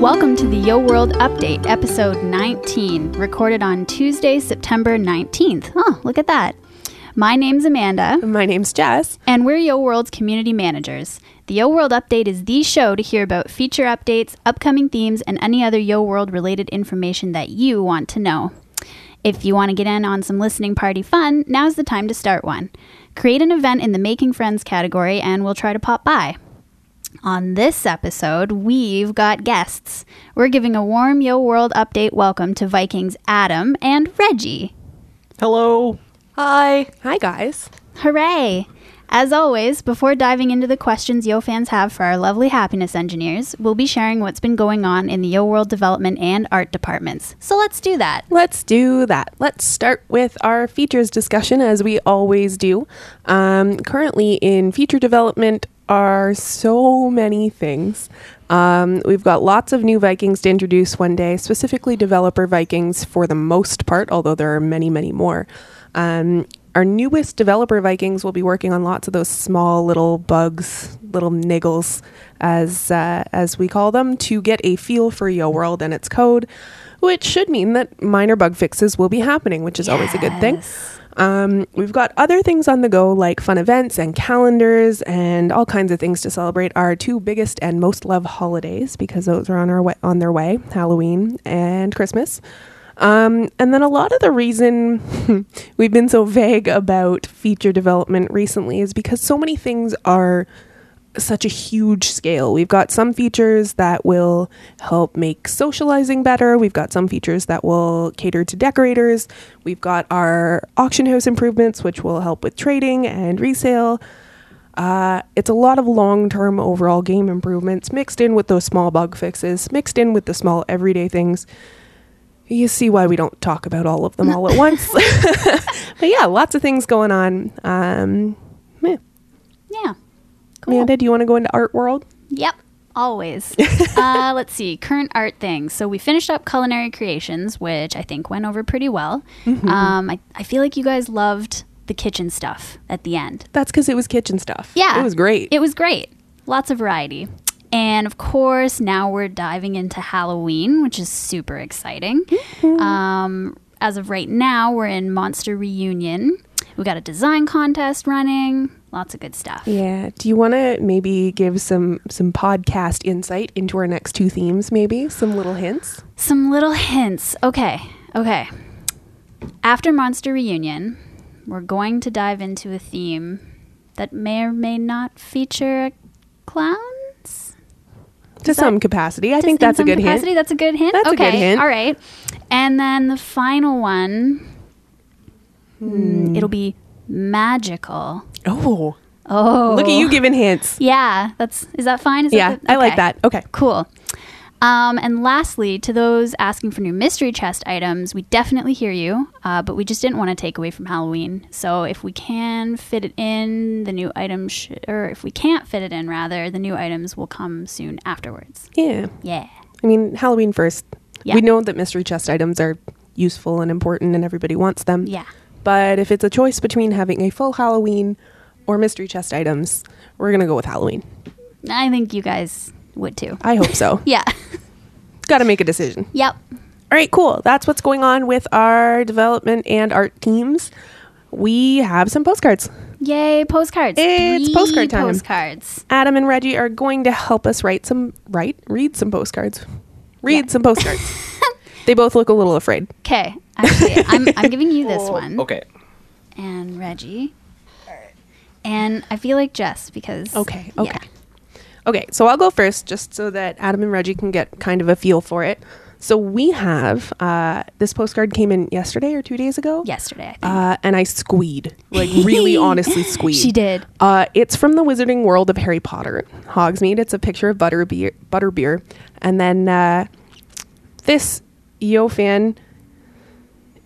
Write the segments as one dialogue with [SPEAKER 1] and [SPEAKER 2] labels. [SPEAKER 1] Welcome to the Yo World Update, episode 19, recorded on Tuesday, September 19th. Oh, look at that. My name's Amanda.
[SPEAKER 2] My name's Jess.
[SPEAKER 1] And we're Yo World's community managers. The Yo World Update is the show to hear about feature updates, upcoming themes, and any other Yo World related information that you want to know. If you want to get in on some listening party fun, now's the time to start one. Create an event in the Making Friends category, and we'll try to pop by. On this episode, we've got guests. We're giving a warm Yo World Update welcome to Vikings Adam and Reggie.
[SPEAKER 3] Hello.
[SPEAKER 4] Hi.
[SPEAKER 2] Hi, guys.
[SPEAKER 1] Hooray! As always, before diving into the questions Yo fans have for our lovely happiness engineers, we'll be sharing what's been going on in the Yo World development and art departments. So let's do that.
[SPEAKER 2] Let's do that. Let's start with our features discussion as we always do. Um, currently in feature development are so many things. Um, we've got lots of new Vikings to introduce one day, specifically developer Vikings for the most part, although there are many, many more. Um, our newest developer Vikings will be working on lots of those small little bugs, little niggles, as uh, as we call them, to get a feel for Yo World and its code, which should mean that minor bug fixes will be happening, which is always a good thing. Um, we've got other things on the go, like fun events and calendars and all kinds of things to celebrate our two biggest and most loved holidays because those are on our way, on their way: Halloween and Christmas. Um, and then a lot of the reason we've been so vague about feature development recently is because so many things are such a huge scale. We've got some features that will help make socializing better. We've got some features that will cater to decorators. We've got our auction house improvements, which will help with trading and resale. Uh, it's a lot of long term overall game improvements mixed in with those small bug fixes, mixed in with the small everyday things. You see why we don't talk about all of them all at once. but yeah, lots of things going on. Um, yeah.
[SPEAKER 1] Yeah.
[SPEAKER 2] Amanda, do you want to go into art world?
[SPEAKER 1] Yep, always. uh, let's see, current art things. So we finished up culinary creations, which I think went over pretty well.
[SPEAKER 2] Mm-hmm.
[SPEAKER 1] Um, I, I feel like you guys loved the kitchen stuff at the end.
[SPEAKER 2] That's because it was kitchen stuff.
[SPEAKER 1] Yeah.
[SPEAKER 2] It was great.
[SPEAKER 1] It was great. Lots of variety. And of course, now we're diving into Halloween, which is super exciting.
[SPEAKER 2] Mm-hmm.
[SPEAKER 1] Um, as of right now, we're in Monster Reunion. We got a design contest running, lots of good stuff.
[SPEAKER 2] yeah. Do you want to maybe give some some podcast insight into our next two themes? Maybe some little hints.
[SPEAKER 1] Some little hints. Okay, okay. After Monster Reunion, we're going to dive into a theme that may or may not feature clowns.
[SPEAKER 2] To some capacity, I
[SPEAKER 1] Just
[SPEAKER 2] think
[SPEAKER 1] in
[SPEAKER 2] that's a
[SPEAKER 1] some
[SPEAKER 2] good
[SPEAKER 1] capacity,
[SPEAKER 2] hint.
[SPEAKER 1] That's a good hint.
[SPEAKER 2] That's a good
[SPEAKER 1] okay.
[SPEAKER 2] hint.
[SPEAKER 1] All right. And then the final one. hmm, It'll be magical.
[SPEAKER 2] Oh,
[SPEAKER 1] Oh,
[SPEAKER 2] look at you giving hints.
[SPEAKER 1] Yeah, that's is that fine? Is
[SPEAKER 2] Yeah,
[SPEAKER 1] that
[SPEAKER 2] I like
[SPEAKER 1] okay.
[SPEAKER 2] that. Okay.
[SPEAKER 1] Cool. Um, and lastly, to those asking for new mystery chest items, we definitely hear you, uh, but we just didn't want to take away from Halloween. So if we can fit it in, the new items, sh- or if we can't fit it in, rather, the new items will come soon afterwards.
[SPEAKER 2] Yeah.
[SPEAKER 1] Yeah.
[SPEAKER 2] I mean, Halloween first.
[SPEAKER 1] Yeah.
[SPEAKER 2] We know that mystery chest items are useful and important, and everybody wants them.
[SPEAKER 1] Yeah.
[SPEAKER 2] But if it's a choice between having a full Halloween or mystery chest items, we're gonna go with Halloween.
[SPEAKER 1] I think you guys would too.
[SPEAKER 2] I hope so.
[SPEAKER 1] Yeah.
[SPEAKER 2] Got to make a decision.
[SPEAKER 1] yep.
[SPEAKER 2] All right, cool. That's what's going on with our development and art teams. We have some postcards.
[SPEAKER 1] Yay, postcards.
[SPEAKER 2] It's
[SPEAKER 1] Three
[SPEAKER 2] postcard time.
[SPEAKER 1] Postcards.
[SPEAKER 2] Adam and Reggie are going to help us write some write read some postcards. Read
[SPEAKER 1] Yeah.
[SPEAKER 2] some postcards. they both look a little afraid.
[SPEAKER 1] Okay. Actually, I'm, I'm giving you this one.
[SPEAKER 3] Okay.
[SPEAKER 1] and Reggie. And I feel like Jess because
[SPEAKER 2] Okay, okay. Okay, so I'll go first just so that Adam and Reggie can get kind of a feel for it. So we have uh, this postcard came in yesterday or 2 days ago.
[SPEAKER 1] yesterday I think
[SPEAKER 2] Uh, and I squeed, like really honestly squeed.
[SPEAKER 1] she did.
[SPEAKER 2] Uh, it's from the Wizarding World of Harry Potter, Hogsmeade. It's a picture of Butterbeer, Butterbeer. and then uh, this Yo fan,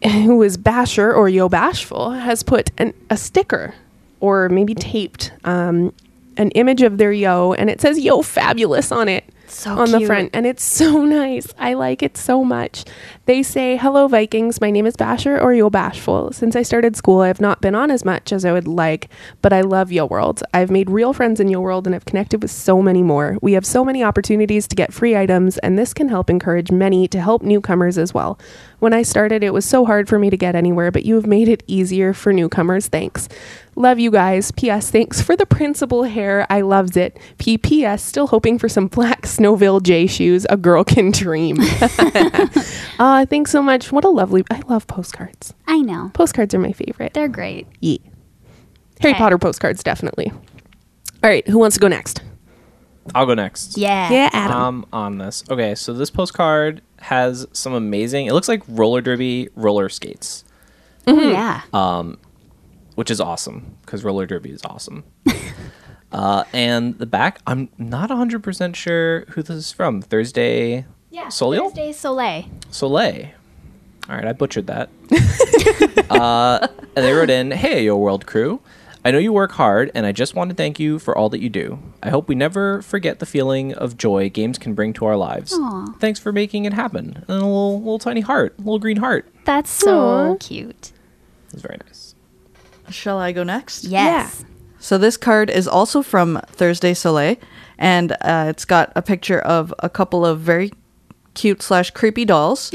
[SPEAKER 2] who is Basher or Yo Bashful, has put an, a sticker, or maybe taped um, an image of their Yo, and it says Yo Fabulous on it.
[SPEAKER 1] So
[SPEAKER 2] on the
[SPEAKER 1] cute.
[SPEAKER 2] front, and it's so nice. I like it so much. They say, Hello, Vikings. My name is Basher or Yo Bashful. Since I started school, I have not been on as much as I would like, but I love Yo World. I've made real friends in Yo World and have connected with so many more. We have so many opportunities to get free items, and this can help encourage many to help newcomers as well. When I started, it was so hard for me to get anywhere, but you have made it easier for newcomers. Thanks. Love you guys. P.S. Thanks for the principal hair. I loved it. P.P.S. Still hoping for some black Snowville J shoes. A girl can dream. uh, thanks so much. What a lovely. I love postcards.
[SPEAKER 1] I know.
[SPEAKER 2] Postcards are my favorite.
[SPEAKER 1] They're great.
[SPEAKER 2] Yeah. Harry
[SPEAKER 1] Okay.
[SPEAKER 2] Potter postcards, definitely. All right. Who wants to go next?
[SPEAKER 3] I'll go next.
[SPEAKER 1] Yeah.
[SPEAKER 2] Adam.
[SPEAKER 3] Um, on this. Okay, so this postcard has some amazing. It looks like roller derby roller skates,
[SPEAKER 1] Oh, yeah.
[SPEAKER 2] Uh,
[SPEAKER 3] which is awesome because roller derby is awesome. uh, and the back, I'm not 100 percent sure who this is from. Thursday.
[SPEAKER 1] yeah.
[SPEAKER 3] Soleil.
[SPEAKER 1] Thursday Soleil.
[SPEAKER 3] Soleil. All right, I butchered that. uh, and they wrote in, "Hey, Yo World crew. I know you work hard, and I just want to thank you for all that you do. I hope we never forget the feeling of joy games can bring to our lives.
[SPEAKER 1] Aw.
[SPEAKER 3] Thanks for making it happen. And a little, little tiny heart, little green heart.
[SPEAKER 1] That's so cute.
[SPEAKER 3] It's very nice.
[SPEAKER 4] Shall I go next?
[SPEAKER 1] Yes.
[SPEAKER 4] So this card is also from Thursday Soleil, and uh, it's got a picture of a couple of very cute slash creepy dolls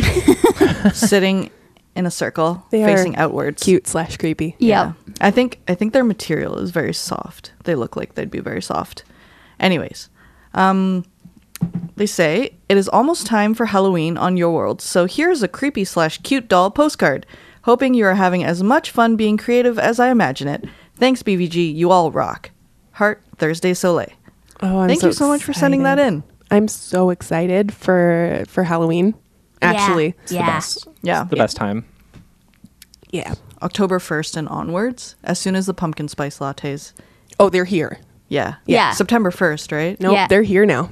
[SPEAKER 4] sitting in a circle,
[SPEAKER 2] They are
[SPEAKER 4] facing outwards.
[SPEAKER 2] Cute slash creepy.
[SPEAKER 1] Yep.
[SPEAKER 4] I think I think their material is very soft. They look like they'd be very soft. Anyways, um, they say it is almost time for Halloween on your world. So here's a creepy slash cute doll postcard. Hoping you are having as much fun being creative as I imagine it. Thanks, BVG. You all rock. Heart Thursday Soleil.
[SPEAKER 2] Oh, I'm
[SPEAKER 4] Thank you so much for sending that
[SPEAKER 2] excited.
[SPEAKER 4] in.
[SPEAKER 2] I'm so excited for for Halloween. Actually,
[SPEAKER 1] Yeah. yeah.
[SPEAKER 3] Best.
[SPEAKER 4] Yeah.
[SPEAKER 3] It's the best time.
[SPEAKER 2] yeah.
[SPEAKER 4] October 1st and onwards, as soon as the pumpkin spice lattes.
[SPEAKER 2] Oh, they're here.
[SPEAKER 4] Yeah.
[SPEAKER 1] Yeah.
[SPEAKER 4] September 1st, right?
[SPEAKER 2] Nope,
[SPEAKER 1] Yeah.
[SPEAKER 2] they're here now.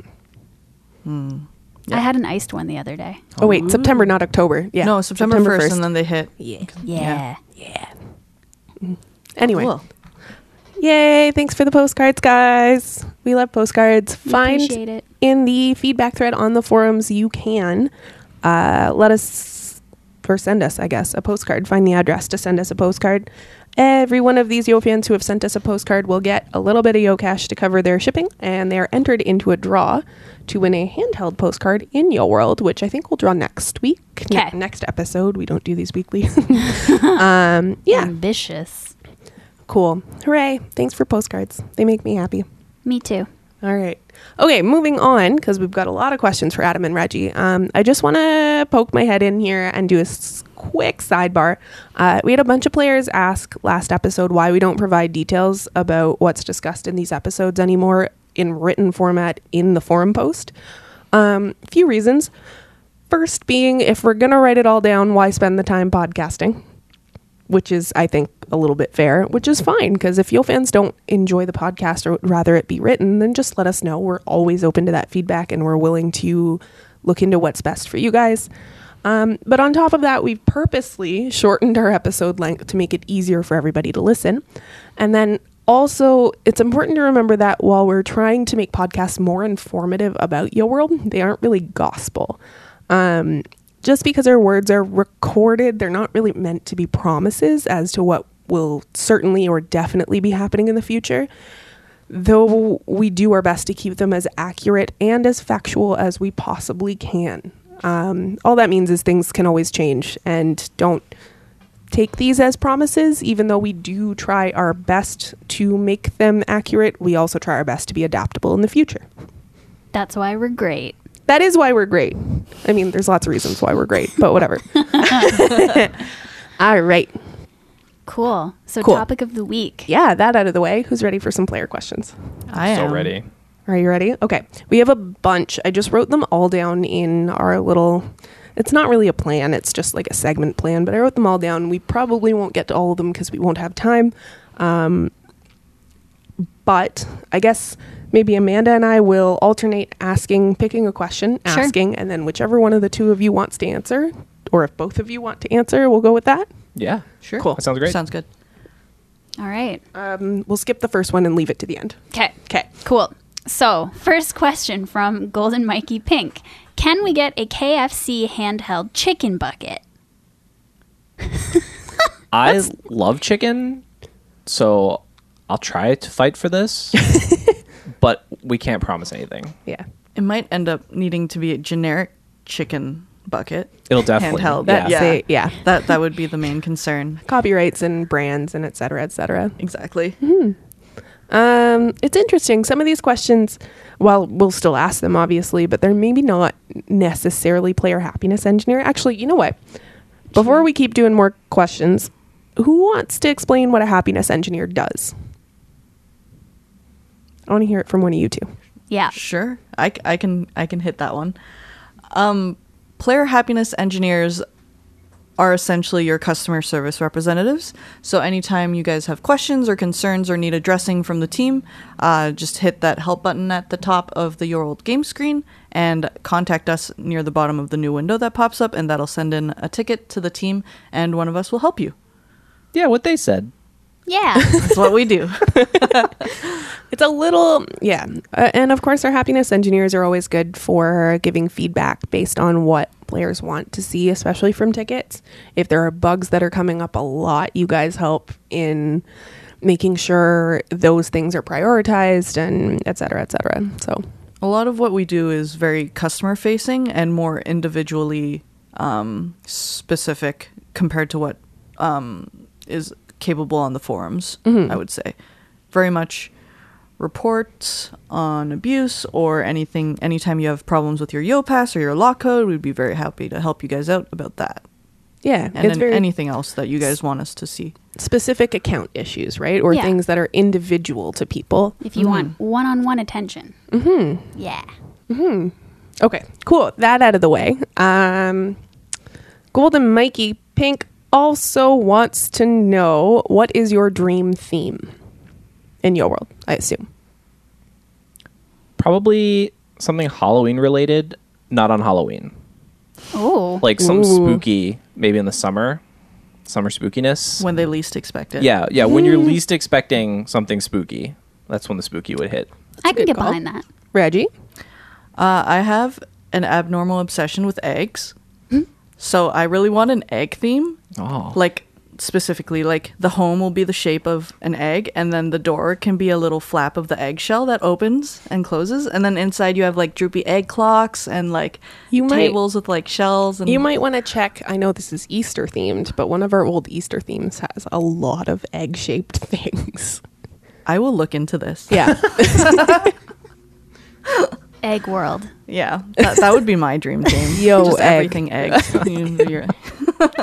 [SPEAKER 1] I had an iced one the other day.
[SPEAKER 2] Oh wait, September, not October. Yeah,
[SPEAKER 4] No, September, 1st, and then they hit.
[SPEAKER 2] yeah.
[SPEAKER 1] Yeah.
[SPEAKER 2] Anyway,
[SPEAKER 4] Cool.
[SPEAKER 2] yay! Thanks for the postcards, guys. We love postcards. Find
[SPEAKER 1] appreciate it.
[SPEAKER 2] in the feedback thread on the forums. You can uh, let us or send us, I guess, a postcard. Find the address to send us a postcard. Every one of these Yo fans who have sent us a postcard will get a little bit of Yo cash to cover their shipping, and they are entered into a draw to win a handheld postcard in Yo World, which I think we'll draw next week. Ne-
[SPEAKER 1] 'Kay.
[SPEAKER 2] next episode. We don't do these weekly. um, yeah,
[SPEAKER 1] Ambitious.
[SPEAKER 2] cool. Hooray. Thanks for postcards. They make me happy.
[SPEAKER 1] Me too.
[SPEAKER 2] All right. Okay, moving on because we've got a lot of questions for Adam and Reggie. Um, I just want to poke my head in here and do a s- quick sidebar. Uh, we had a bunch of players ask last episode why we don't provide details about what's discussed in these episodes anymore in written format in the forum post. Um, few reasons. First, being if we're going to write it all down, why spend the time podcasting? which is I think a little bit fair, which is fine because if Yo fans don't enjoy the podcast or would rather it be written, then just let us know. We're always open to that feedback and we're willing to look into what's best for you guys. Um, but on top of that, we've purposely shortened our episode length to make it easier for everybody to listen. And then also, it's important to remember that while we're trying to make podcasts more informative about Yo World, they aren't really gospel. Um, just because our words are recorded, they're not really meant to be promises as to what will certainly or definitely be happening in the future. Though we do our best to keep them as accurate and as factual as we possibly can. Um, all that means is things can always change and don't take these as promises, even though we do try our best to make them accurate. We also try our best to be adaptable in the future
[SPEAKER 1] That's why we're great.
[SPEAKER 2] that is why we're great. I mean, there's lots of reasons why we're great, but whatever. All right.
[SPEAKER 1] Cool. So
[SPEAKER 2] Cool.
[SPEAKER 1] topic of the week.
[SPEAKER 2] Yeah, that out of the way. Who's ready for some player questions?
[SPEAKER 4] I am.
[SPEAKER 3] So ready.
[SPEAKER 2] Are you ready? Okay. We have a bunch. I just wrote them all down in our little it's not really a plan, it's just like a segment plan, but I wrote them all down. We probably won't get to all of them because we won't have time. Um, but I guess maybe Amanda and I will alternate asking, picking a question,
[SPEAKER 1] Sure.
[SPEAKER 2] asking, and then whichever one of the two of you wants to answer, or if both of you want to answer, we'll go with that.
[SPEAKER 3] Yeah.
[SPEAKER 4] Sure.
[SPEAKER 2] Cool.
[SPEAKER 3] That sounds great.
[SPEAKER 4] Sounds good.
[SPEAKER 1] All right.
[SPEAKER 2] Um, we'll skip the first one and leave it to the end.
[SPEAKER 1] Okay.
[SPEAKER 2] Okay.
[SPEAKER 1] Cool. So, first question from Golden Mikey Pink Can we get a KFC handheld chicken bucket?
[SPEAKER 3] I love chicken, so I'll try to fight for this, but we can't promise anything.
[SPEAKER 2] Yeah.
[SPEAKER 4] It might end up needing to be a generic chicken bucket.
[SPEAKER 3] It'll definitely-
[SPEAKER 4] handheld.
[SPEAKER 3] That's
[SPEAKER 4] yeah.
[SPEAKER 2] it, yeah.
[SPEAKER 4] That that would be the main concern.
[SPEAKER 2] Copyrights and brands and et cetera, et cetera.
[SPEAKER 4] Exactly.
[SPEAKER 2] Um, it's interesting. Some of these questions, well, we'll still ask them, obviously, but they're maybe not necessarily player happiness engineer. Actually, you know what? Before we keep doing more questions, who wants to explain what a happiness engineer does? I want to hear it from one of you two.
[SPEAKER 1] Yeah.
[SPEAKER 4] Sure. I, c- I can I can hit that one. Um, player happiness engineers are essentially your customer service representatives. So anytime you guys have questions or concerns or need addressing from the team, uh, just hit that help button at the top of the Your Old Game screen and contact us near the bottom of the new window that pops up, and that'll send in a ticket to the team, and one of us will help you.
[SPEAKER 3] Yeah, what they said.
[SPEAKER 1] Yeah.
[SPEAKER 4] That's what we do.
[SPEAKER 2] It's a little, yeah. Uh, and of course, our happiness engineers are always good for giving feedback based on what players want to see, especially from tickets. If there are bugs that are coming up a lot, you guys help in making sure those things are prioritized and et cetera, et cetera. So,
[SPEAKER 4] A lot of what we do is very customer facing and more individually um, specific compared to what um, is capable on the forums,
[SPEAKER 2] Mm-hmm.
[SPEAKER 4] I would say. Very much reports on abuse or anything, anytime you have problems with your YoPass or your lock code, we'd be very happy to help you guys out about that.
[SPEAKER 2] yeah,
[SPEAKER 4] And
[SPEAKER 2] it's
[SPEAKER 4] then
[SPEAKER 2] very
[SPEAKER 4] anything else that you guys want us to see.
[SPEAKER 2] specific account issues, right? Or
[SPEAKER 1] Yeah.
[SPEAKER 2] things that are individual to people.
[SPEAKER 1] if you want
[SPEAKER 2] Hmm.
[SPEAKER 1] one on one attention. Mm-hmm. Yeah.
[SPEAKER 2] Okay, cool. That out of the way. Um, Golden Mikey Pink also wants to know what is your dream theme in your world, I assume.
[SPEAKER 3] Probably something Halloween related, not on Halloween.
[SPEAKER 1] Oh.
[SPEAKER 3] Like some
[SPEAKER 2] Ooh.
[SPEAKER 3] spooky, maybe in the summer, summer spookiness.
[SPEAKER 4] When they least expect it.
[SPEAKER 3] yeah, yeah, when you're least expecting something spooky, that's when the spooky would hit.
[SPEAKER 1] I can
[SPEAKER 2] good
[SPEAKER 1] get
[SPEAKER 2] call.
[SPEAKER 1] behind that.
[SPEAKER 2] Reggie?
[SPEAKER 4] Uh, I have an abnormal obsession with eggs.
[SPEAKER 2] Hmm?
[SPEAKER 4] So I really want an egg theme.
[SPEAKER 3] Oh.
[SPEAKER 4] Like, specifically, like the home will be the shape of an egg, and then the door can be a little flap of the eggshell that opens and closes. And then inside you have like droopy egg clocks and like
[SPEAKER 2] You might-
[SPEAKER 4] tables with like shells. And
[SPEAKER 2] You might want to check. I know this is Easter themed, but one of our old Easter themes has a lot of egg shaped things.
[SPEAKER 4] I will look into this.
[SPEAKER 2] Yeah.
[SPEAKER 1] Egg World.
[SPEAKER 4] Yeah. That, that would be my dream theme.
[SPEAKER 2] Yo,
[SPEAKER 4] Just
[SPEAKER 2] egg.
[SPEAKER 4] everything eggs. You're-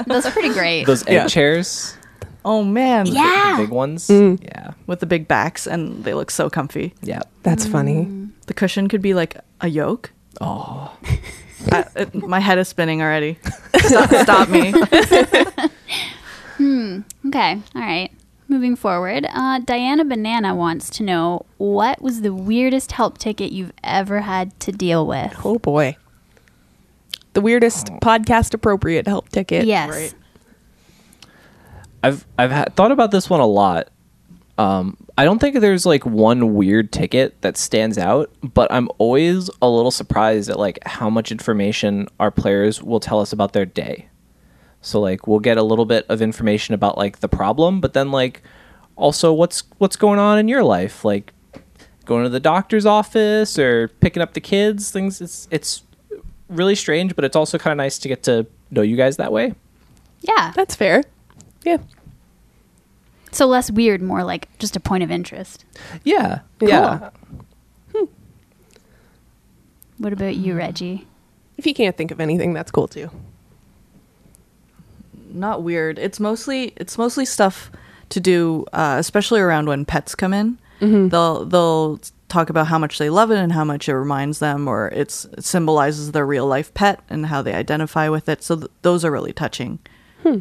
[SPEAKER 1] Those are pretty great.
[SPEAKER 3] Those egg
[SPEAKER 2] Yeah.
[SPEAKER 3] chairs,
[SPEAKER 4] oh, man.
[SPEAKER 3] the-
[SPEAKER 1] Yeah.
[SPEAKER 3] the big ones. Yeah.
[SPEAKER 4] With the big backs, and they look so comfy.
[SPEAKER 3] Yeah.
[SPEAKER 2] That's
[SPEAKER 1] Hmm.
[SPEAKER 2] funny.
[SPEAKER 4] The cushion could be like a yoke.
[SPEAKER 3] Oh.
[SPEAKER 4] I, it, my head is spinning already. Stop, stop me.
[SPEAKER 1] Okay. All right. Moving forward, uh, Diana Banana wants to know what was the weirdest help ticket you've ever had to deal with?
[SPEAKER 2] Oh boy. The weirdest podcast appropriate help ticket.
[SPEAKER 1] yes.
[SPEAKER 4] right.
[SPEAKER 3] I've I've ha- thought about this one a lot. Um, I don't think there's like one weird ticket that stands out, but I'm always a little surprised at like how much information our players will tell us about their day. So like we'll get a little bit of information about like the problem, but then like also what's what's going on in your life, like going to the doctor's office or picking up the kids, things it's it's really strange, but it's also kind of nice to get to know you guys that way.
[SPEAKER 1] Yeah.
[SPEAKER 2] That's fair. Yeah.
[SPEAKER 1] So less weird, more like just a point of interest.
[SPEAKER 3] Yeah. Yeah.
[SPEAKER 1] What about you,
[SPEAKER 2] Hmm.
[SPEAKER 1] Reggie?
[SPEAKER 2] If you can't think of anything, that's cool too.
[SPEAKER 4] Not weird. It's mostly it's mostly stuff to do, uh, especially around when pets come in. They'll they'll talk about how much they love it and how much it reminds them, or it's it symbolizes their real life pet and how they identify with it. So th- those are really touching.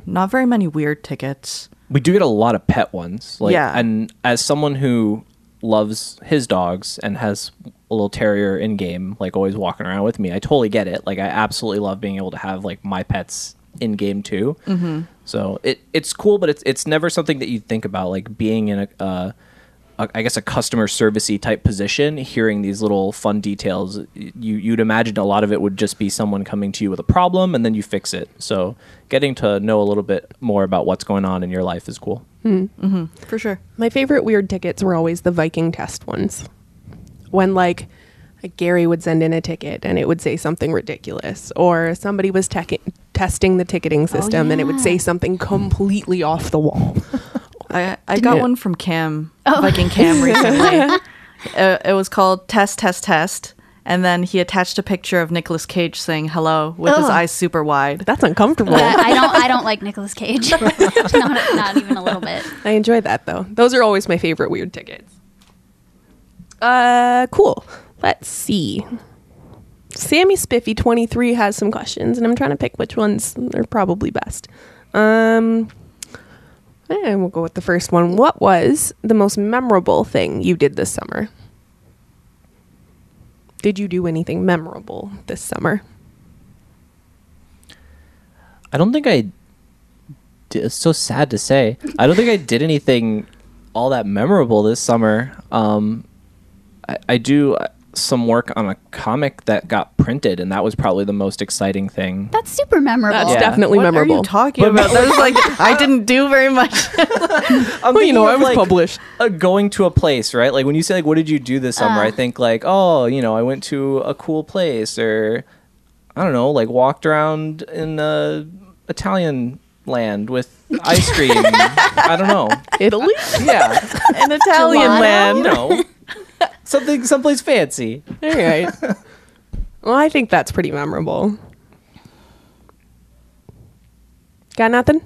[SPEAKER 4] Not very many weird tickets.
[SPEAKER 3] we do get a lot of pet ones like
[SPEAKER 4] Yeah.
[SPEAKER 3] and as someone who loves his dogs and has a little terrier in game like always walking around with me i totally get it like i absolutely love being able to have like my pets in game too mm-hmm. so it it's cool but it's it's never something that you think about like being in a uh, a, I guess a customer servicey type position, hearing these little fun details, y- you you'd imagine a lot of it would just be someone coming to you with a problem and then you fix it. So getting to know a little bit more about what's going on in your life is cool.
[SPEAKER 4] for sure.
[SPEAKER 2] My favorite weird tickets were always the Viking test ones. When like Gary would send in a ticket and it would say something ridiculous, or somebody was tech- testing the ticketing system and it would
[SPEAKER 1] yeah.
[SPEAKER 2] say something completely off the wall.
[SPEAKER 4] I I got
[SPEAKER 2] you-
[SPEAKER 4] one from Cam,
[SPEAKER 2] Oh.
[SPEAKER 4] Viking Cam recently. uh, it was called Test Test Test, and then he attached a picture of Nicolas Cage saying hello with his
[SPEAKER 2] Oh.
[SPEAKER 1] Ugh.
[SPEAKER 4] eyes super wide.
[SPEAKER 2] That's uncomfortable.
[SPEAKER 1] But I don't. I don't like Nicolas Cage. not, not even a little bit.
[SPEAKER 2] I enjoy that though. Those are always my favorite weird tickets. Uh, cool. Let's see. Sammy Spiffy twenty three has some questions, and I'm trying to pick which ones are probably best. Um, and we'll go with the first one. What was the most memorable thing you did this summer? Did you do anything memorable this summer?
[SPEAKER 3] I don't think I. Did, it's so sad to say. I don't think I did anything all that memorable this summer. Um, I, I do uh, some work on a comic that got printed, and that was probably the most exciting thing.
[SPEAKER 1] That's super memorable.
[SPEAKER 2] That's
[SPEAKER 3] Yeah.
[SPEAKER 2] definitely
[SPEAKER 4] what
[SPEAKER 2] memorable.
[SPEAKER 4] are you talking about? That was like I didn't do very much.
[SPEAKER 2] well, Um, you know, I was
[SPEAKER 3] published.
[SPEAKER 2] published.
[SPEAKER 3] uh, going to a place, right? Like when you say like, "What did you do this
[SPEAKER 2] Ah.
[SPEAKER 3] summer?" I think like, "Oh, you know, I went to a cool place," or I don't know, like walked around in uh, Italian land with ice cream. I don't know.
[SPEAKER 2] Italy.
[SPEAKER 3] Yeah,
[SPEAKER 4] An Italian
[SPEAKER 1] Gelato?
[SPEAKER 4] land.
[SPEAKER 2] Uh,
[SPEAKER 3] you know, something someplace fancy.
[SPEAKER 2] All right. well, I think that's pretty memorable. Got nothing?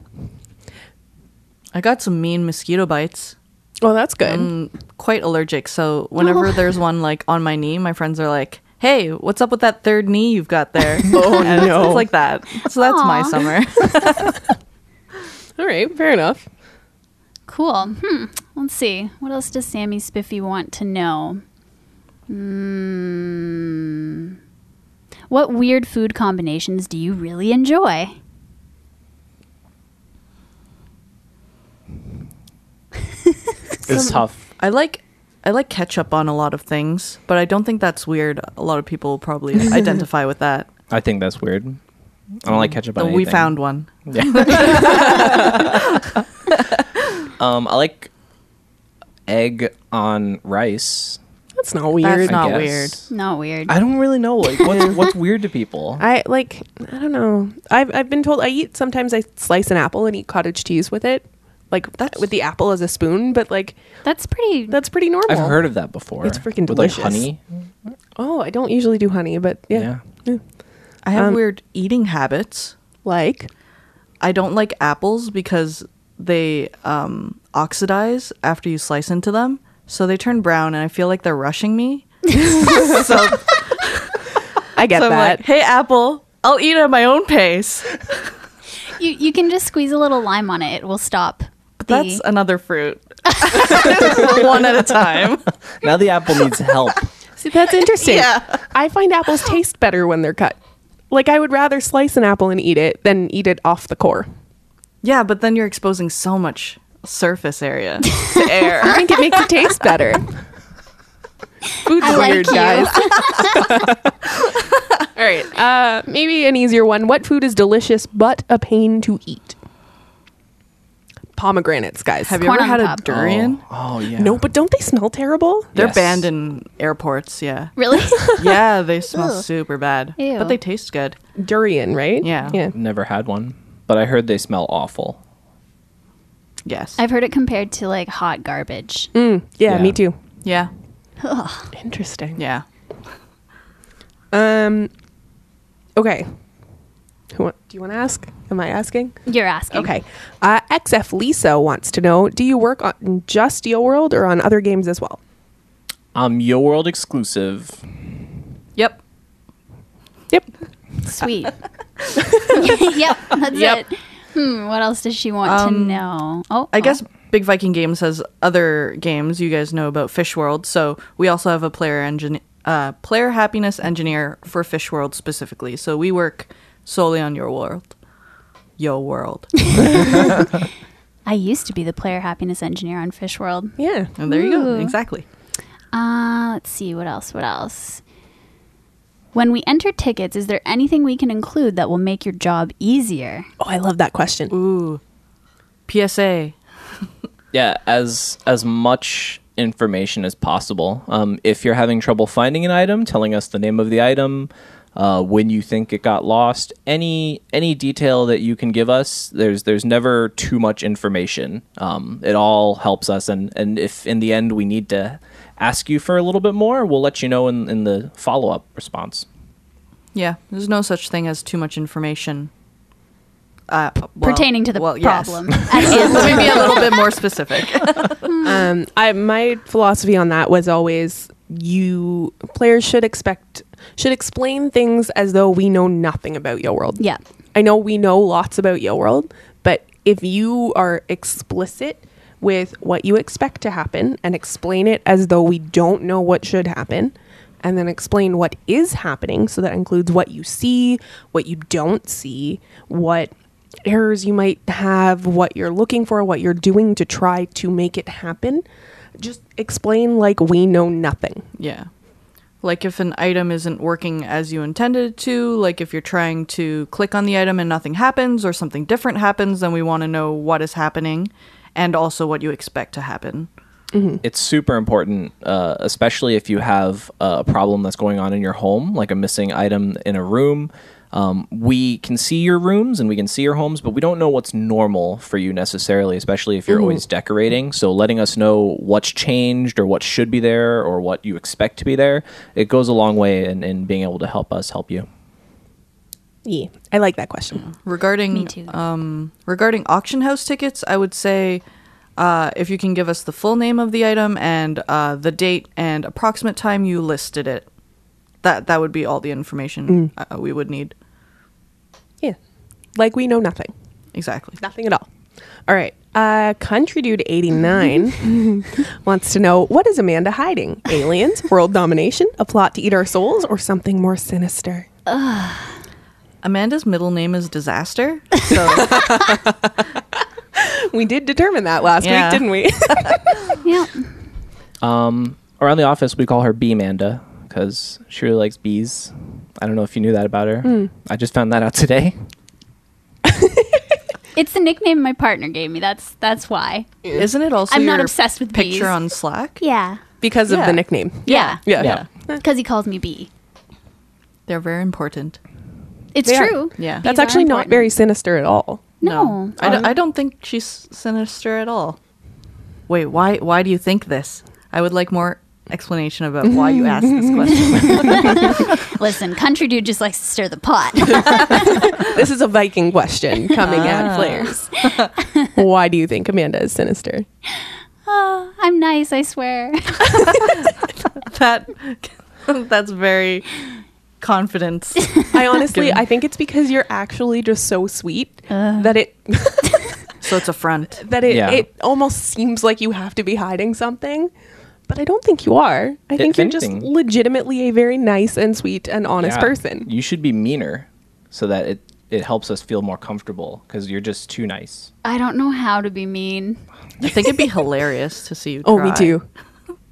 [SPEAKER 4] I got some mean mosquito bites.
[SPEAKER 2] Well, that's good.
[SPEAKER 4] I'm quite allergic, so whenever
[SPEAKER 2] Oh.
[SPEAKER 4] there's one like on my knee, my friends are like, "Hey, what's up with that third knee you've got there?"
[SPEAKER 2] Oh,
[SPEAKER 4] And it's-
[SPEAKER 2] no.
[SPEAKER 4] it's like that. So that's my
[SPEAKER 1] Aw.
[SPEAKER 4] summer.
[SPEAKER 2] All right, fair enough.
[SPEAKER 1] Cool. Hmm. Let's see. What else does Sammy Spiffy want to know? Mm. What weird food combinations do you really enjoy?
[SPEAKER 3] It's tough.
[SPEAKER 4] I like I like ketchup on a lot of things, but I don't think that's weird. A lot of people probably identify with that.
[SPEAKER 3] I think that's weird. I don't like ketchup on
[SPEAKER 4] But we
[SPEAKER 3] anything.
[SPEAKER 4] found one.
[SPEAKER 3] Um, I like egg on rice.
[SPEAKER 2] That's not weird.
[SPEAKER 4] That's not
[SPEAKER 3] guess.
[SPEAKER 4] weird.
[SPEAKER 1] Not weird.
[SPEAKER 3] I don't really know like what's what's weird to people.
[SPEAKER 2] I like. I don't know. I've I've been told I eat. Sometimes I slice an apple and eat cottage cheese with it, like
[SPEAKER 4] That's-
[SPEAKER 2] with the apple as a spoon. But like
[SPEAKER 1] That's pretty.
[SPEAKER 2] that's pretty normal.
[SPEAKER 3] I've heard of that before.
[SPEAKER 2] It's freaking
[SPEAKER 3] With, like,
[SPEAKER 2] delicious.
[SPEAKER 3] honey.
[SPEAKER 2] Oh, I don't usually do honey, but yeah.
[SPEAKER 3] Yeah.
[SPEAKER 4] I have
[SPEAKER 2] Um,
[SPEAKER 4] weird eating habits.
[SPEAKER 2] Like
[SPEAKER 4] I don't like apples because they um, oxidize after you slice into them, so they turn brown, and I feel like they're rushing me. so
[SPEAKER 2] I get
[SPEAKER 4] So I'm
[SPEAKER 2] that.
[SPEAKER 4] like, hey, Apple, I'll eat at my own pace.
[SPEAKER 1] You you can just squeeze a little lime on it. It will stop. The,
[SPEAKER 4] That's another fruit. One at a time.
[SPEAKER 3] Now the apple needs help.
[SPEAKER 2] See, that's interesting.
[SPEAKER 4] Yeah.
[SPEAKER 2] I find apples taste better when they're cut. Like I would rather slice an apple and eat it than eat it off the core.
[SPEAKER 4] Yeah, but then you're exposing so much surface area to
[SPEAKER 2] I
[SPEAKER 4] air.
[SPEAKER 2] think it makes it taste better. Food's
[SPEAKER 1] I like
[SPEAKER 2] weird,
[SPEAKER 1] you.
[SPEAKER 2] guys. All right. Uh, maybe an easier one. What food is delicious but a pain to eat? Pomegranates, guys.
[SPEAKER 4] Have you
[SPEAKER 1] Corn
[SPEAKER 4] ever
[SPEAKER 1] on
[SPEAKER 4] had
[SPEAKER 1] the
[SPEAKER 4] a
[SPEAKER 1] cob.
[SPEAKER 4] durian?
[SPEAKER 3] Oh, oh, yeah.
[SPEAKER 2] no, but don't they smell terrible?
[SPEAKER 4] They're
[SPEAKER 3] Yes.
[SPEAKER 4] banned in airports, yeah.
[SPEAKER 1] really.
[SPEAKER 4] Yeah, they smell super bad.
[SPEAKER 1] Ew.
[SPEAKER 4] But they taste good.
[SPEAKER 2] Durian, right?
[SPEAKER 4] Yeah.
[SPEAKER 2] Yeah.
[SPEAKER 3] Never had one, but I heard they smell awful.
[SPEAKER 4] Yes.
[SPEAKER 1] I've heard it compared to like hot garbage.
[SPEAKER 2] Mm, yeah,
[SPEAKER 3] Yeah.
[SPEAKER 2] me too.
[SPEAKER 4] yeah.
[SPEAKER 2] Interesting.
[SPEAKER 4] Yeah.
[SPEAKER 2] Um. Okay. Who wa- do you want to ask? Am I asking?
[SPEAKER 1] You're asking.
[SPEAKER 2] Okay. Uh, XF Lisa wants to know: Do you work on just Yo World or on other games as well?
[SPEAKER 3] Um, Yo World exclusive.
[SPEAKER 4] Yep.
[SPEAKER 2] Yep.
[SPEAKER 1] Sweet. yep. That's
[SPEAKER 4] Yep. Um,
[SPEAKER 1] it. Hmm. What else does she want to know? Oh,
[SPEAKER 4] I
[SPEAKER 1] oh.
[SPEAKER 4] guess Big Viking Games has other games you guys know about Fish World, so we also have a player engine, uh, player happiness engineer for Fish World specifically. So we work solely on your world, yo world.
[SPEAKER 1] I I used to be the player happiness engineer on Fish World.
[SPEAKER 2] Yeah.
[SPEAKER 4] And there you go.
[SPEAKER 1] Ooh.
[SPEAKER 4] Exactly.
[SPEAKER 1] Uh, let's see, what else? What else? When we enter tickets, is there anything we can include that will make your job easier?
[SPEAKER 2] Oh, I love that question.
[SPEAKER 4] Ooh. PSA.
[SPEAKER 3] yeah as as much information as possible um, if you're having trouble finding an item telling us the name of the item uh, when you think it got lost any any detail that you can give us there's there's never too much information um, it all helps us and and if in the end we need to ask you for a little bit more we'll let you know in, in the follow-up response
[SPEAKER 4] Yeah. There's no such thing as too much information. Uh, well-
[SPEAKER 1] Pertaining to the
[SPEAKER 4] well, yes.
[SPEAKER 1] problem. at hand.
[SPEAKER 4] Let me be a little bit more specific.
[SPEAKER 2] Um, I my philosophy on that was always you players should expect should explain things as though we know nothing about Yo World.
[SPEAKER 1] Yeah.
[SPEAKER 2] I know we know lots about Yo World, but if you are explicit with what you expect to happen and explain it as though we don't know what should happen, and then explain what is happening, so that includes what you see, what you don't see, what errors you might have, what you're looking for, what you're doing to try to make it happen. Just explain like we know nothing.
[SPEAKER 4] Yeah. Like if an item isn't working as you intended it to, like if you're trying to click on the item and nothing happens or something different happens, then we want to know what is happening and also what you expect to happen.
[SPEAKER 3] it's super important, uh, especially if you have a problem that's going on in your home, like a missing item in a room. Um, we can see your rooms and we can see your homes, but we don't know what's normal for you necessarily, especially if you're always decorating. So, letting us know what's changed or what should be there or what you expect to be there, it goes a long way in, in being able to help us help you.
[SPEAKER 2] Yeah, I like that question.
[SPEAKER 4] Regarding
[SPEAKER 1] Me too.
[SPEAKER 4] Um, regarding auction house tickets, I would say uh, if you can give us the full name of the item and uh, the date and approximate time you listed it, that that would be all the information uh, we would need.
[SPEAKER 2] Yeah, like we know nothing.
[SPEAKER 4] Exactly.
[SPEAKER 2] Nothing at all. All right. Uh, Country Dude 89 wants to know what is Amanda hiding? Aliens, world domination, a plot to eat our souls, or something more sinister?
[SPEAKER 4] Amanda's middle name is Disaster, so
[SPEAKER 2] We did determine that last
[SPEAKER 4] Yeah.
[SPEAKER 2] week, didn't we?
[SPEAKER 1] yeah.
[SPEAKER 3] Um, around the office, we call her Bee Manda because she really likes bees. I don't know if you knew that about her. I just found that out today.
[SPEAKER 1] It's the nickname my partner gave me. That's that's why.
[SPEAKER 4] isn't it also
[SPEAKER 1] I'm not
[SPEAKER 4] your
[SPEAKER 1] obsessed with
[SPEAKER 4] picture
[SPEAKER 1] bees.
[SPEAKER 4] on Slack?
[SPEAKER 1] Yeah.
[SPEAKER 2] because of
[SPEAKER 4] Yeah.
[SPEAKER 2] the nickname.
[SPEAKER 1] Yeah.
[SPEAKER 2] Yeah.
[SPEAKER 3] Yeah.
[SPEAKER 1] Because he calls me B.
[SPEAKER 4] They're very important.
[SPEAKER 1] It's
[SPEAKER 2] They are.
[SPEAKER 1] true.
[SPEAKER 4] Yeah.
[SPEAKER 2] That's
[SPEAKER 1] Bees are
[SPEAKER 2] actually not
[SPEAKER 1] important.
[SPEAKER 2] very sinister at all.
[SPEAKER 1] No.
[SPEAKER 2] Oh,
[SPEAKER 4] I, don't, I don't think she's sinister at all. Wait, why why do you think this? I would like more explanation about why you asked this question.
[SPEAKER 1] Listen, country dude just likes to stir the pot.
[SPEAKER 2] This is a Viking question coming at players. Why do you think Amanda is sinister?
[SPEAKER 1] oh, I'm nice, I swear.
[SPEAKER 4] that that's very confidence.
[SPEAKER 2] I honestly, I think it's because you're actually just so sweet that it
[SPEAKER 4] So it's a front.
[SPEAKER 2] that it,
[SPEAKER 3] Yeah.
[SPEAKER 2] it almost seems like you have to be hiding something but i don't think you are i think you're just
[SPEAKER 3] anything-
[SPEAKER 2] legitimately a very nice and sweet and honest
[SPEAKER 3] Yeah.
[SPEAKER 2] person
[SPEAKER 3] You should be meaner so that it it helps us feel more comfortable because you're just too nice.
[SPEAKER 1] I don't know how to be mean.
[SPEAKER 4] I think it'd be hilarious to see you.
[SPEAKER 2] oh me
[SPEAKER 4] try.
[SPEAKER 2] too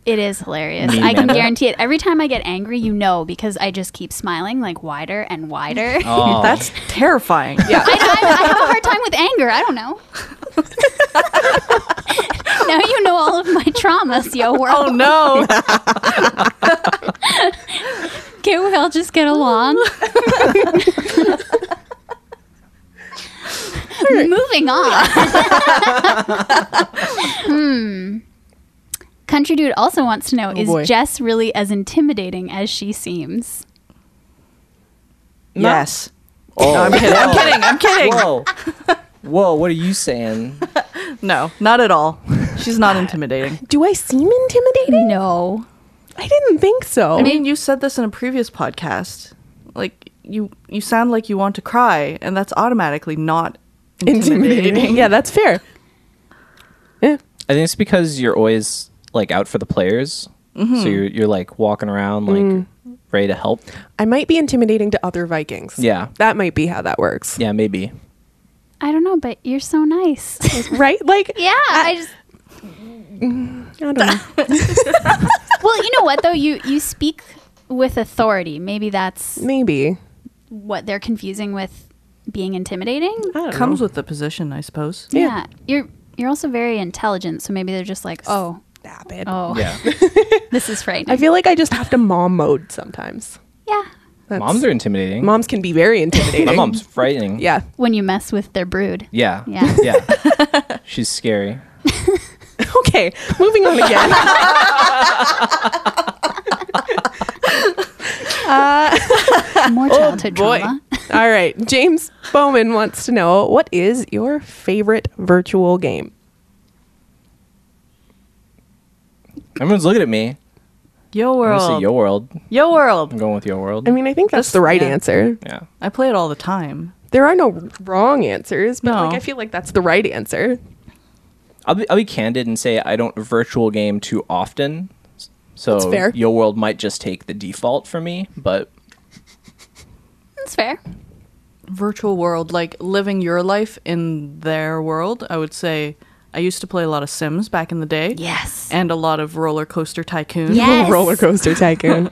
[SPEAKER 1] It is hilarious.
[SPEAKER 3] Mean
[SPEAKER 1] I can
[SPEAKER 3] Amanda.
[SPEAKER 1] guarantee it. Every time I get angry, you know, because I just keep smiling like wider and wider.
[SPEAKER 3] Oh,
[SPEAKER 4] That's terrifying.
[SPEAKER 1] I, I, I have a hard time with anger. I don't know. now you know all of my traumas, yo world.
[SPEAKER 4] Oh no.
[SPEAKER 1] Can't we all just get along? Moving on. hmm. Country Dude also wants to know
[SPEAKER 4] Oh,
[SPEAKER 1] is
[SPEAKER 2] boy.
[SPEAKER 1] Jess really as intimidating as she seems?
[SPEAKER 4] Yes. No, I'm kidding. I'm kidding. I'm kidding.
[SPEAKER 3] Oh. whoa, whoa! What are you saying?
[SPEAKER 4] No, not at all. She's not intimidating.
[SPEAKER 2] do i seem intimidating
[SPEAKER 1] No.
[SPEAKER 2] i didn't think so
[SPEAKER 4] I mean, you said this in a previous podcast. Like you, you sound like you want to cry, and that's automatically not intimidating.
[SPEAKER 2] yeah that's fair yeah
[SPEAKER 3] I think it's because you're always like out for the players,
[SPEAKER 2] Mm-hmm.
[SPEAKER 3] so you're you're like walking around like
[SPEAKER 2] Mm.
[SPEAKER 3] ready to help.
[SPEAKER 2] i might be intimidating to other vikings
[SPEAKER 3] Yeah.
[SPEAKER 2] that might be how that works
[SPEAKER 3] Yeah, maybe.
[SPEAKER 1] I don't know, but you're so nice.
[SPEAKER 2] right? Like,
[SPEAKER 1] yeah, I just
[SPEAKER 2] I don't know.
[SPEAKER 1] well, you know what though you you speak with authority. Maybe that's
[SPEAKER 2] Maybe.
[SPEAKER 1] what they're confusing with being intimidating.
[SPEAKER 2] I don't
[SPEAKER 4] Comes
[SPEAKER 2] know.
[SPEAKER 4] with the position, I suppose.
[SPEAKER 1] Yeah. you're you're also very intelligent, so maybe they're just like, oh,
[SPEAKER 2] Stop it.
[SPEAKER 1] oh,
[SPEAKER 3] Yeah.
[SPEAKER 1] this is frightening.
[SPEAKER 2] I feel like I just have to mom mode sometimes.
[SPEAKER 1] yeah,
[SPEAKER 2] That's-
[SPEAKER 3] Moms are intimidating.
[SPEAKER 2] moms can be very intimidating.
[SPEAKER 3] My mom's frightening.
[SPEAKER 2] Yeah.
[SPEAKER 1] when you mess with their brood.
[SPEAKER 3] Yeah.
[SPEAKER 1] Yeah.
[SPEAKER 3] Yeah. She's scary.
[SPEAKER 2] Okay. Moving on again.
[SPEAKER 1] More
[SPEAKER 2] Oh,
[SPEAKER 1] childhood trauma.
[SPEAKER 2] All right. James Bowman wants to know what is your favorite virtual game?
[SPEAKER 3] Everyone's looking at me.
[SPEAKER 4] Yo
[SPEAKER 3] I'm
[SPEAKER 4] world.
[SPEAKER 3] gonna say
[SPEAKER 4] yo-,
[SPEAKER 3] Yo World. I'm
[SPEAKER 4] world.
[SPEAKER 3] going with Yo World.
[SPEAKER 2] I mean, I think that's
[SPEAKER 4] That's-
[SPEAKER 2] the right
[SPEAKER 4] yeah.
[SPEAKER 2] answer.
[SPEAKER 3] yeah.
[SPEAKER 4] I play it all the time.
[SPEAKER 2] There are no wrong answers, but
[SPEAKER 4] No.
[SPEAKER 2] like I feel like that's the right answer.
[SPEAKER 3] I'll be I'll be candid and say I don't virtual game too often. S-
[SPEAKER 2] That's
[SPEAKER 3] So
[SPEAKER 2] fair.
[SPEAKER 3] Yo World might just take the default for me, but
[SPEAKER 1] That's fair.
[SPEAKER 4] Virtual world, like living your life in their world. I would say I used to play a lot of Sims back in the day.
[SPEAKER 1] Yes.
[SPEAKER 4] And a lot of Roller Coaster Tycoon.
[SPEAKER 1] Yes.
[SPEAKER 2] Roller coaster tycoon.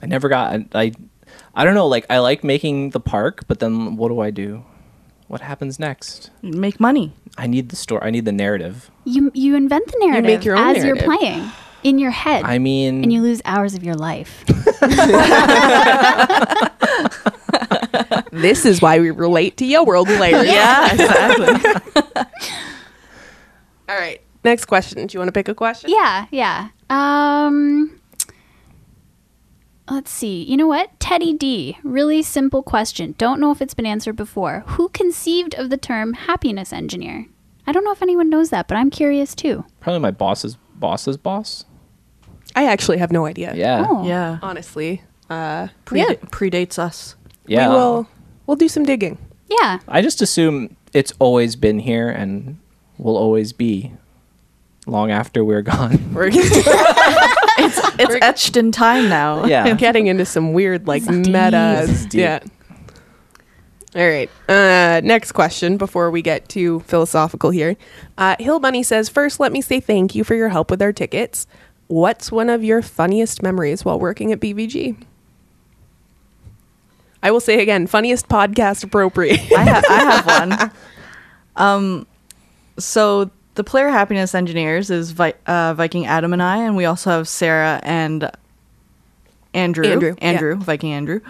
[SPEAKER 3] I never got I, I I don't know, like I like making the park, but then what do I do? What happens next?
[SPEAKER 4] Make money.
[SPEAKER 3] I need the story. I need the narrative.
[SPEAKER 1] You you invent the narrative
[SPEAKER 2] make your own
[SPEAKER 1] as you're
[SPEAKER 2] narrative.
[SPEAKER 1] playing in your head.
[SPEAKER 3] I mean,
[SPEAKER 1] and you lose hours of your life.
[SPEAKER 2] this is why we relate to Yo World players.
[SPEAKER 4] Yeah, exactly.
[SPEAKER 2] All right. Next question. Do you want to pick a question?
[SPEAKER 1] yeah, yeah. Um Let's see. You know what? Teddy D. Really simple question. Don't know if it's been answered before. Who conceived of the term happiness engineer? I don't know if anyone knows that, but I'm curious too.
[SPEAKER 3] probably my boss's boss's boss.
[SPEAKER 2] I actually have no idea.
[SPEAKER 3] Uh, Yeah.
[SPEAKER 1] Oh.
[SPEAKER 4] yeah.
[SPEAKER 2] Honestly. Uh,
[SPEAKER 4] Preda-
[SPEAKER 2] yeah.
[SPEAKER 4] Predates us.
[SPEAKER 3] Yeah.
[SPEAKER 2] We will. We'll do some digging.
[SPEAKER 1] Yeah.
[SPEAKER 3] I just assume it's always been here and will always be long after we're gone.
[SPEAKER 2] We're
[SPEAKER 4] It's etched in time now.
[SPEAKER 3] yeah.
[SPEAKER 2] getting into some weird like
[SPEAKER 1] This is deep.
[SPEAKER 2] meta.
[SPEAKER 3] This is deep.
[SPEAKER 2] Yeah. All right. Uh, next question before we get too philosophical here. Uh, Hill Bunny says, First, let me say thank you for your help with our tickets. What's one of your funniest memories while working at BVG? I will say again, funniest podcast appropriate.
[SPEAKER 4] I, ha- I have one. Um, so the player happiness engineers is Vi- uh, Viking Adam and I, and we also have Sarah and Andrew.
[SPEAKER 2] Andrew, yeah.
[SPEAKER 4] Andrew, Viking Andrew.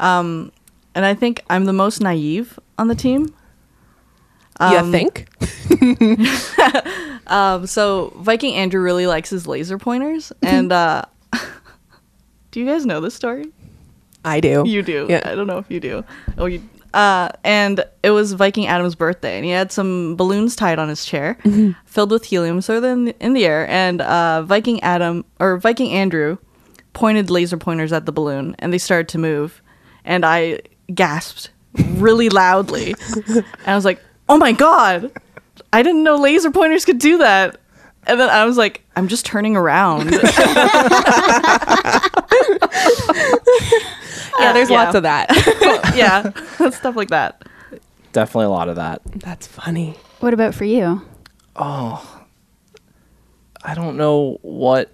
[SPEAKER 4] Um, and I think I'm the most naive on the team.
[SPEAKER 2] you think?
[SPEAKER 4] Um, so Viking Andrew really likes his laser pointers, and uh, do you guys know this story?
[SPEAKER 2] I do.
[SPEAKER 4] You do.
[SPEAKER 2] Yeah.
[SPEAKER 4] I don't know if you do. Oh, you. Uh, and it was Viking Adam's birthday, and he had some balloons tied on his chair, filled with helium, so they're in the, in the air. And uh, Viking Adam or Viking Andrew pointed laser pointers at the balloon, and they started to move. And I gasped really loudly, and I was like, "Oh my god! I didn't know laser pointers could do that." And then I was like, "I'm just turning around."
[SPEAKER 2] Yeah, there's
[SPEAKER 4] Yeah.
[SPEAKER 2] lots of that.
[SPEAKER 4] yeah, stuff like that.
[SPEAKER 3] Definitely a lot of that.
[SPEAKER 2] That's funny.
[SPEAKER 1] What about for you?
[SPEAKER 3] I don't know what.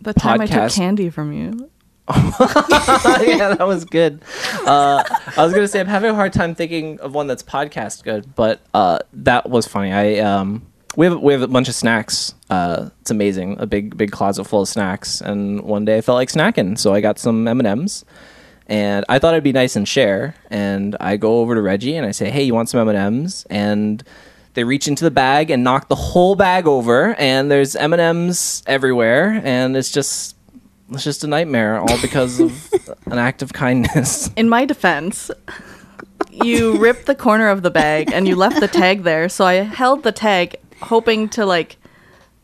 [SPEAKER 4] The time I took
[SPEAKER 3] Podcast.
[SPEAKER 4] candy from you.
[SPEAKER 3] yeah, that was good. Uh, I was gonna say I'm having a hard time thinking of one that's podcast good, but uh, that was funny. I um, we have we have a bunch of snacks. Uh, it's amazing, a big big closet full of snacks. And one day I felt like snacking, so I got some M and M's. And I thought it'd be nice and share. And I go over to Reggie and I say, "Hey, you want some M and M's?" And they reach into the bag and knock the whole bag over, and there's M and M's everywhere, and it's just it's just a nightmare, all because of an act of kindness.
[SPEAKER 4] In my defense, you ripped the corner of the bag and you left the tag there, so I held the tag hoping to like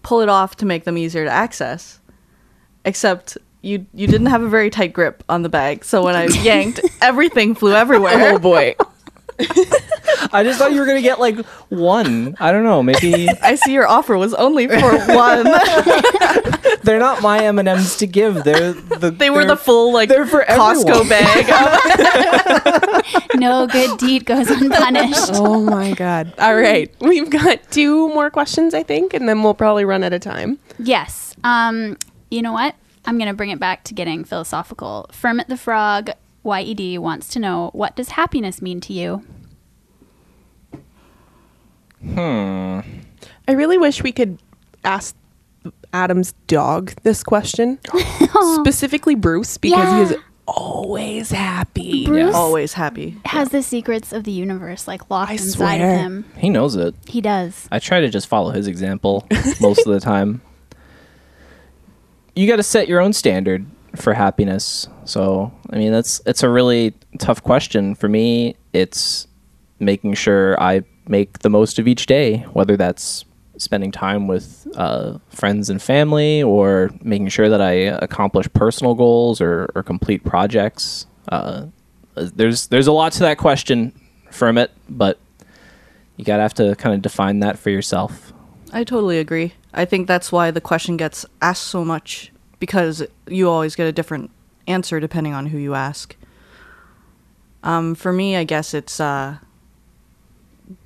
[SPEAKER 4] pull it off to make them easier to access. Except you you didn't have a very tight
[SPEAKER 3] Oh,
[SPEAKER 4] grip on the bag, so when I yanked, everything flew everywhere.
[SPEAKER 2] Oh boy.
[SPEAKER 3] I just thought you were gonna get like one. I don't know. Maybe
[SPEAKER 4] I see your offer was only for one.
[SPEAKER 3] they're not my M and M's to give. They're the
[SPEAKER 4] they were
[SPEAKER 3] they're-
[SPEAKER 4] the full like
[SPEAKER 3] they're for everyone.
[SPEAKER 4] Costco bag.
[SPEAKER 1] No good deed goes unpunished.
[SPEAKER 2] Oh my god. All right. We've got two more questions, I think, and then we'll probably run out of time.
[SPEAKER 1] Yes. Um, you know what? I'm going to bring it back to getting philosophical. Fermit the Frog, YED, wants to know what does happiness mean to you?
[SPEAKER 3] Hmm.
[SPEAKER 2] I really wish we could ask Adam's dog this question. Specifically Bruce, because
[SPEAKER 1] Yeah.
[SPEAKER 2] he's always happy.
[SPEAKER 1] Bruce
[SPEAKER 4] Always happy.
[SPEAKER 1] has the secrets of the universe like locked
[SPEAKER 2] I
[SPEAKER 1] inside
[SPEAKER 2] swear.
[SPEAKER 1] of him.
[SPEAKER 3] He knows it.
[SPEAKER 1] He does.
[SPEAKER 3] I try to just follow his example most of the time. You got to set your own standard for happiness. So, I mean, that's it's a really tough question for me. It's making sure I make the most of each day, whether that's spending time with uh, friends and family or making sure that I accomplish personal goals or, or complete projects. Uh, there's there's a lot to that question, Fermit, but you gotta have to kind of define that for yourself.
[SPEAKER 4] I totally agree. I think that's why the question gets asked so much because you always get a different answer depending on who you ask. Um, for me, I guess it's uh,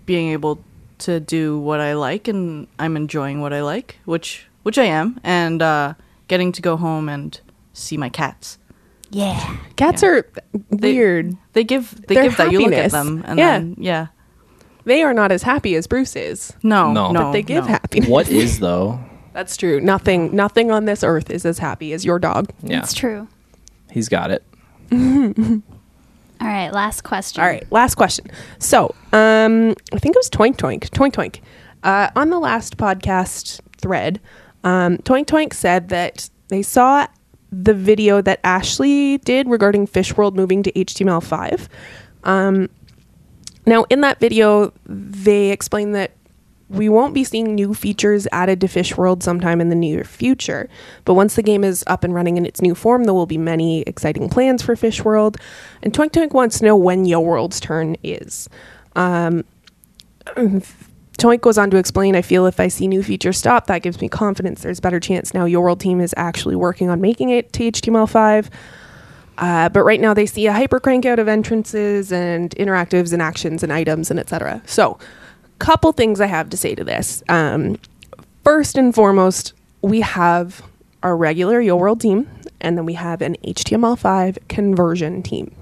[SPEAKER 4] being able to do what I like and I'm enjoying what I like, which which I am, and uh, getting to go home and see my cats.
[SPEAKER 1] Yeah.
[SPEAKER 2] Cats
[SPEAKER 4] Yeah.
[SPEAKER 2] are weird.
[SPEAKER 4] They give they
[SPEAKER 2] Their
[SPEAKER 4] give that you look at
[SPEAKER 2] happiness.
[SPEAKER 4] them and
[SPEAKER 2] Yeah.
[SPEAKER 4] then yeah.
[SPEAKER 2] they are not as happy as Bruce is.
[SPEAKER 4] No,
[SPEAKER 3] No.
[SPEAKER 4] no,
[SPEAKER 3] But
[SPEAKER 2] They give
[SPEAKER 4] Oh, no.
[SPEAKER 2] happiness.
[SPEAKER 3] What is though?
[SPEAKER 2] That's true. Nothing nothing on this earth is as happy as your dog.
[SPEAKER 3] Yeah,
[SPEAKER 1] It's true.
[SPEAKER 3] he's got it.
[SPEAKER 1] All right, last question.
[SPEAKER 2] All right, last question. So, um, I think it was Toink Toink. Toink Toink. Uh, on the last podcast thread, um, Toink Toink said that they saw the video that Ashley did regarding Fish World moving to HTML5. Um, now, in that video, they explain that we won't be seeing new features added to Fish World sometime in the near future. But once the game is up and running in its new form, there will be many exciting plans for Fish World. And Twink Twink wants to know when Yo World's turn is. Um, Toink goes on to explain, I feel if I see new features stop, that gives me confidence. There's a better chance now your world team is actually working on making it to HTML5. Uh, but right now they see a hyper crank out of entrances and interactives and actions and items and etc. So, couple things I have to say to this. Um, first and foremost, we have our regular Yo World team, and then we have an HTML5 conversion team.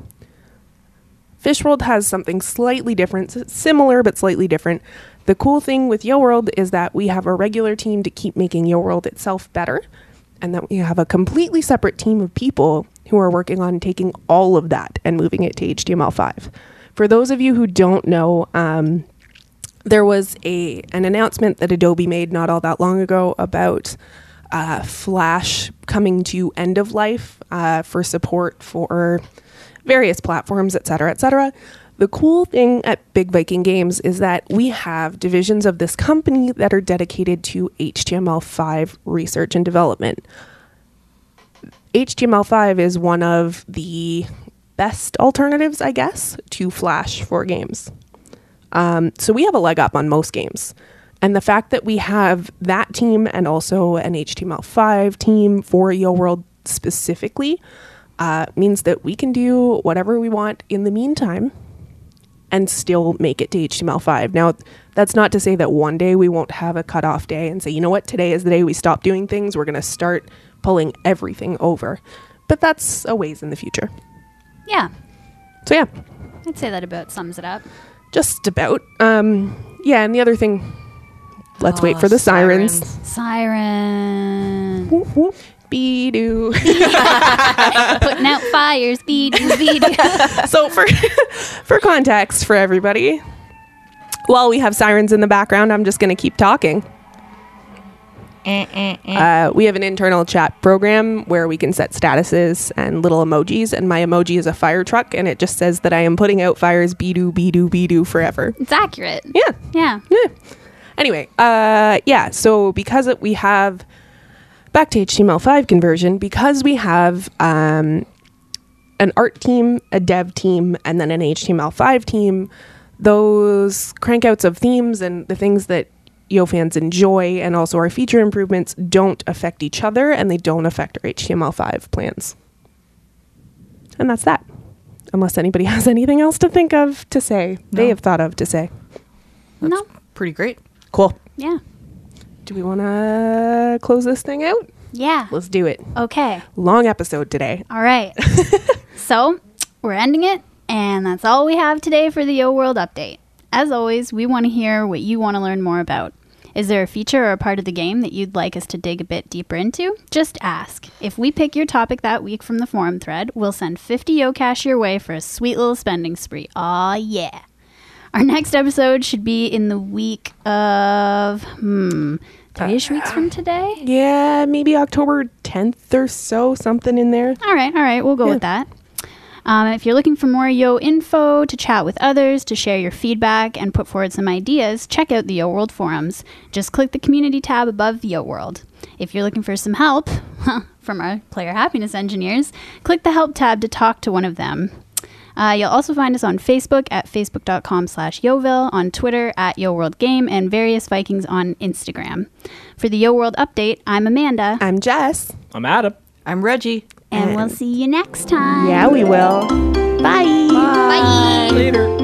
[SPEAKER 2] Fish World has something slightly different, s- similar but slightly different. The cool thing with Yo World is that we have a regular team to keep making Yo World itself better, and that we have a completely separate team of people who are working on taking all of that and moving it to HTML5. For those of you who don't know, um, there was a an announcement that Adobe made not all that long ago about uh, Flash coming to end of life uh, for support for various platforms, et cetera, et cetera. The cool thing at Big Viking Games is that we have divisions of this company that are dedicated to HTML5 research and development. HTML5 is one of the best alternatives, I guess, to Flash for games. Um, so we have a leg up on most games. And the fact that we have that team and also an HTML5 team for Yo World specifically uh, means that we can do whatever we want in the meantime and still make it to HTML5. Now, that's not to say that one day we won't have a cutoff day and say, you know what, today is the day we stop doing things. We're going to start pulling everything over. But that's a ways in the future.
[SPEAKER 1] Yeah.
[SPEAKER 2] So, yeah,
[SPEAKER 1] I'd say that about sums it up.
[SPEAKER 2] just about. Um, yeah, and the other thing, let's wait for the sirens.
[SPEAKER 1] Siren.
[SPEAKER 2] Whoop, whoop. Be-doo.
[SPEAKER 1] Putting out fires. Beep, beep.
[SPEAKER 2] so for for context for everybody, while we have sirens in the background, I'm just going to keep talking. Uh, we have an internal chat program where we can set statuses and little emojis, and my emoji is a fire truck, and it just says that I am putting out fires, be doo, be doo, be doo forever.
[SPEAKER 1] It's accurate.
[SPEAKER 2] Yeah,
[SPEAKER 1] Yeah.
[SPEAKER 2] Yeah. Anyway, uh, yeah. So because it, we have back to HTML5 conversion, because we have um, an art team, a dev team, and then an HTML5 team, those crankouts of themes and the things that Yo fans enjoy and also our feature improvements don't affect each other and they don't affect our HTML5 plans. And that's that. Unless anybody has anything else to think of to say, they
[SPEAKER 4] No.
[SPEAKER 2] have thought of to say.
[SPEAKER 1] No.
[SPEAKER 4] Pretty great.
[SPEAKER 2] Cool.
[SPEAKER 1] Yeah.
[SPEAKER 2] Do we want to close this thing out?
[SPEAKER 1] Yeah.
[SPEAKER 2] Let's do it.
[SPEAKER 1] Okay.
[SPEAKER 2] Long episode today.
[SPEAKER 1] All right. so we're ending it, and that's all we have today for the Yo World update. As always, we want to hear what you want to learn more about. Is there a feature or a part of the game that you'd like us to dig a bit deeper into? Just ask. If we pick your topic that week from the forum thread, we'll send 50 Yo Cash your way for a sweet little spending spree. Aw, yeah. Our next episode should be in the week of, hmm, three ish weeks from today?
[SPEAKER 2] Yeah, maybe October 10th or so, something in there.
[SPEAKER 1] All right, all right, we'll go with that. Um, if you're looking for more Yo info, to chat with others, to share your feedback, and put forward some ideas, check out the Yo World forums. Just click the community tab above Yo World. If you're looking for some help from our player happiness engineers, click the help tab to talk to one of them. Uh, you'll also find us on Facebook at facebook.com slash Yoville, on Twitter at YoWorldGame, and various Vikings on Instagram. For the Yo World update, I'm Amanda,
[SPEAKER 2] I'm Jess.
[SPEAKER 3] I'm Adam.
[SPEAKER 4] I'm Reggie.
[SPEAKER 1] and we'll see you next time.
[SPEAKER 2] Yeah, we will.
[SPEAKER 1] Bye. Bye.
[SPEAKER 3] Later.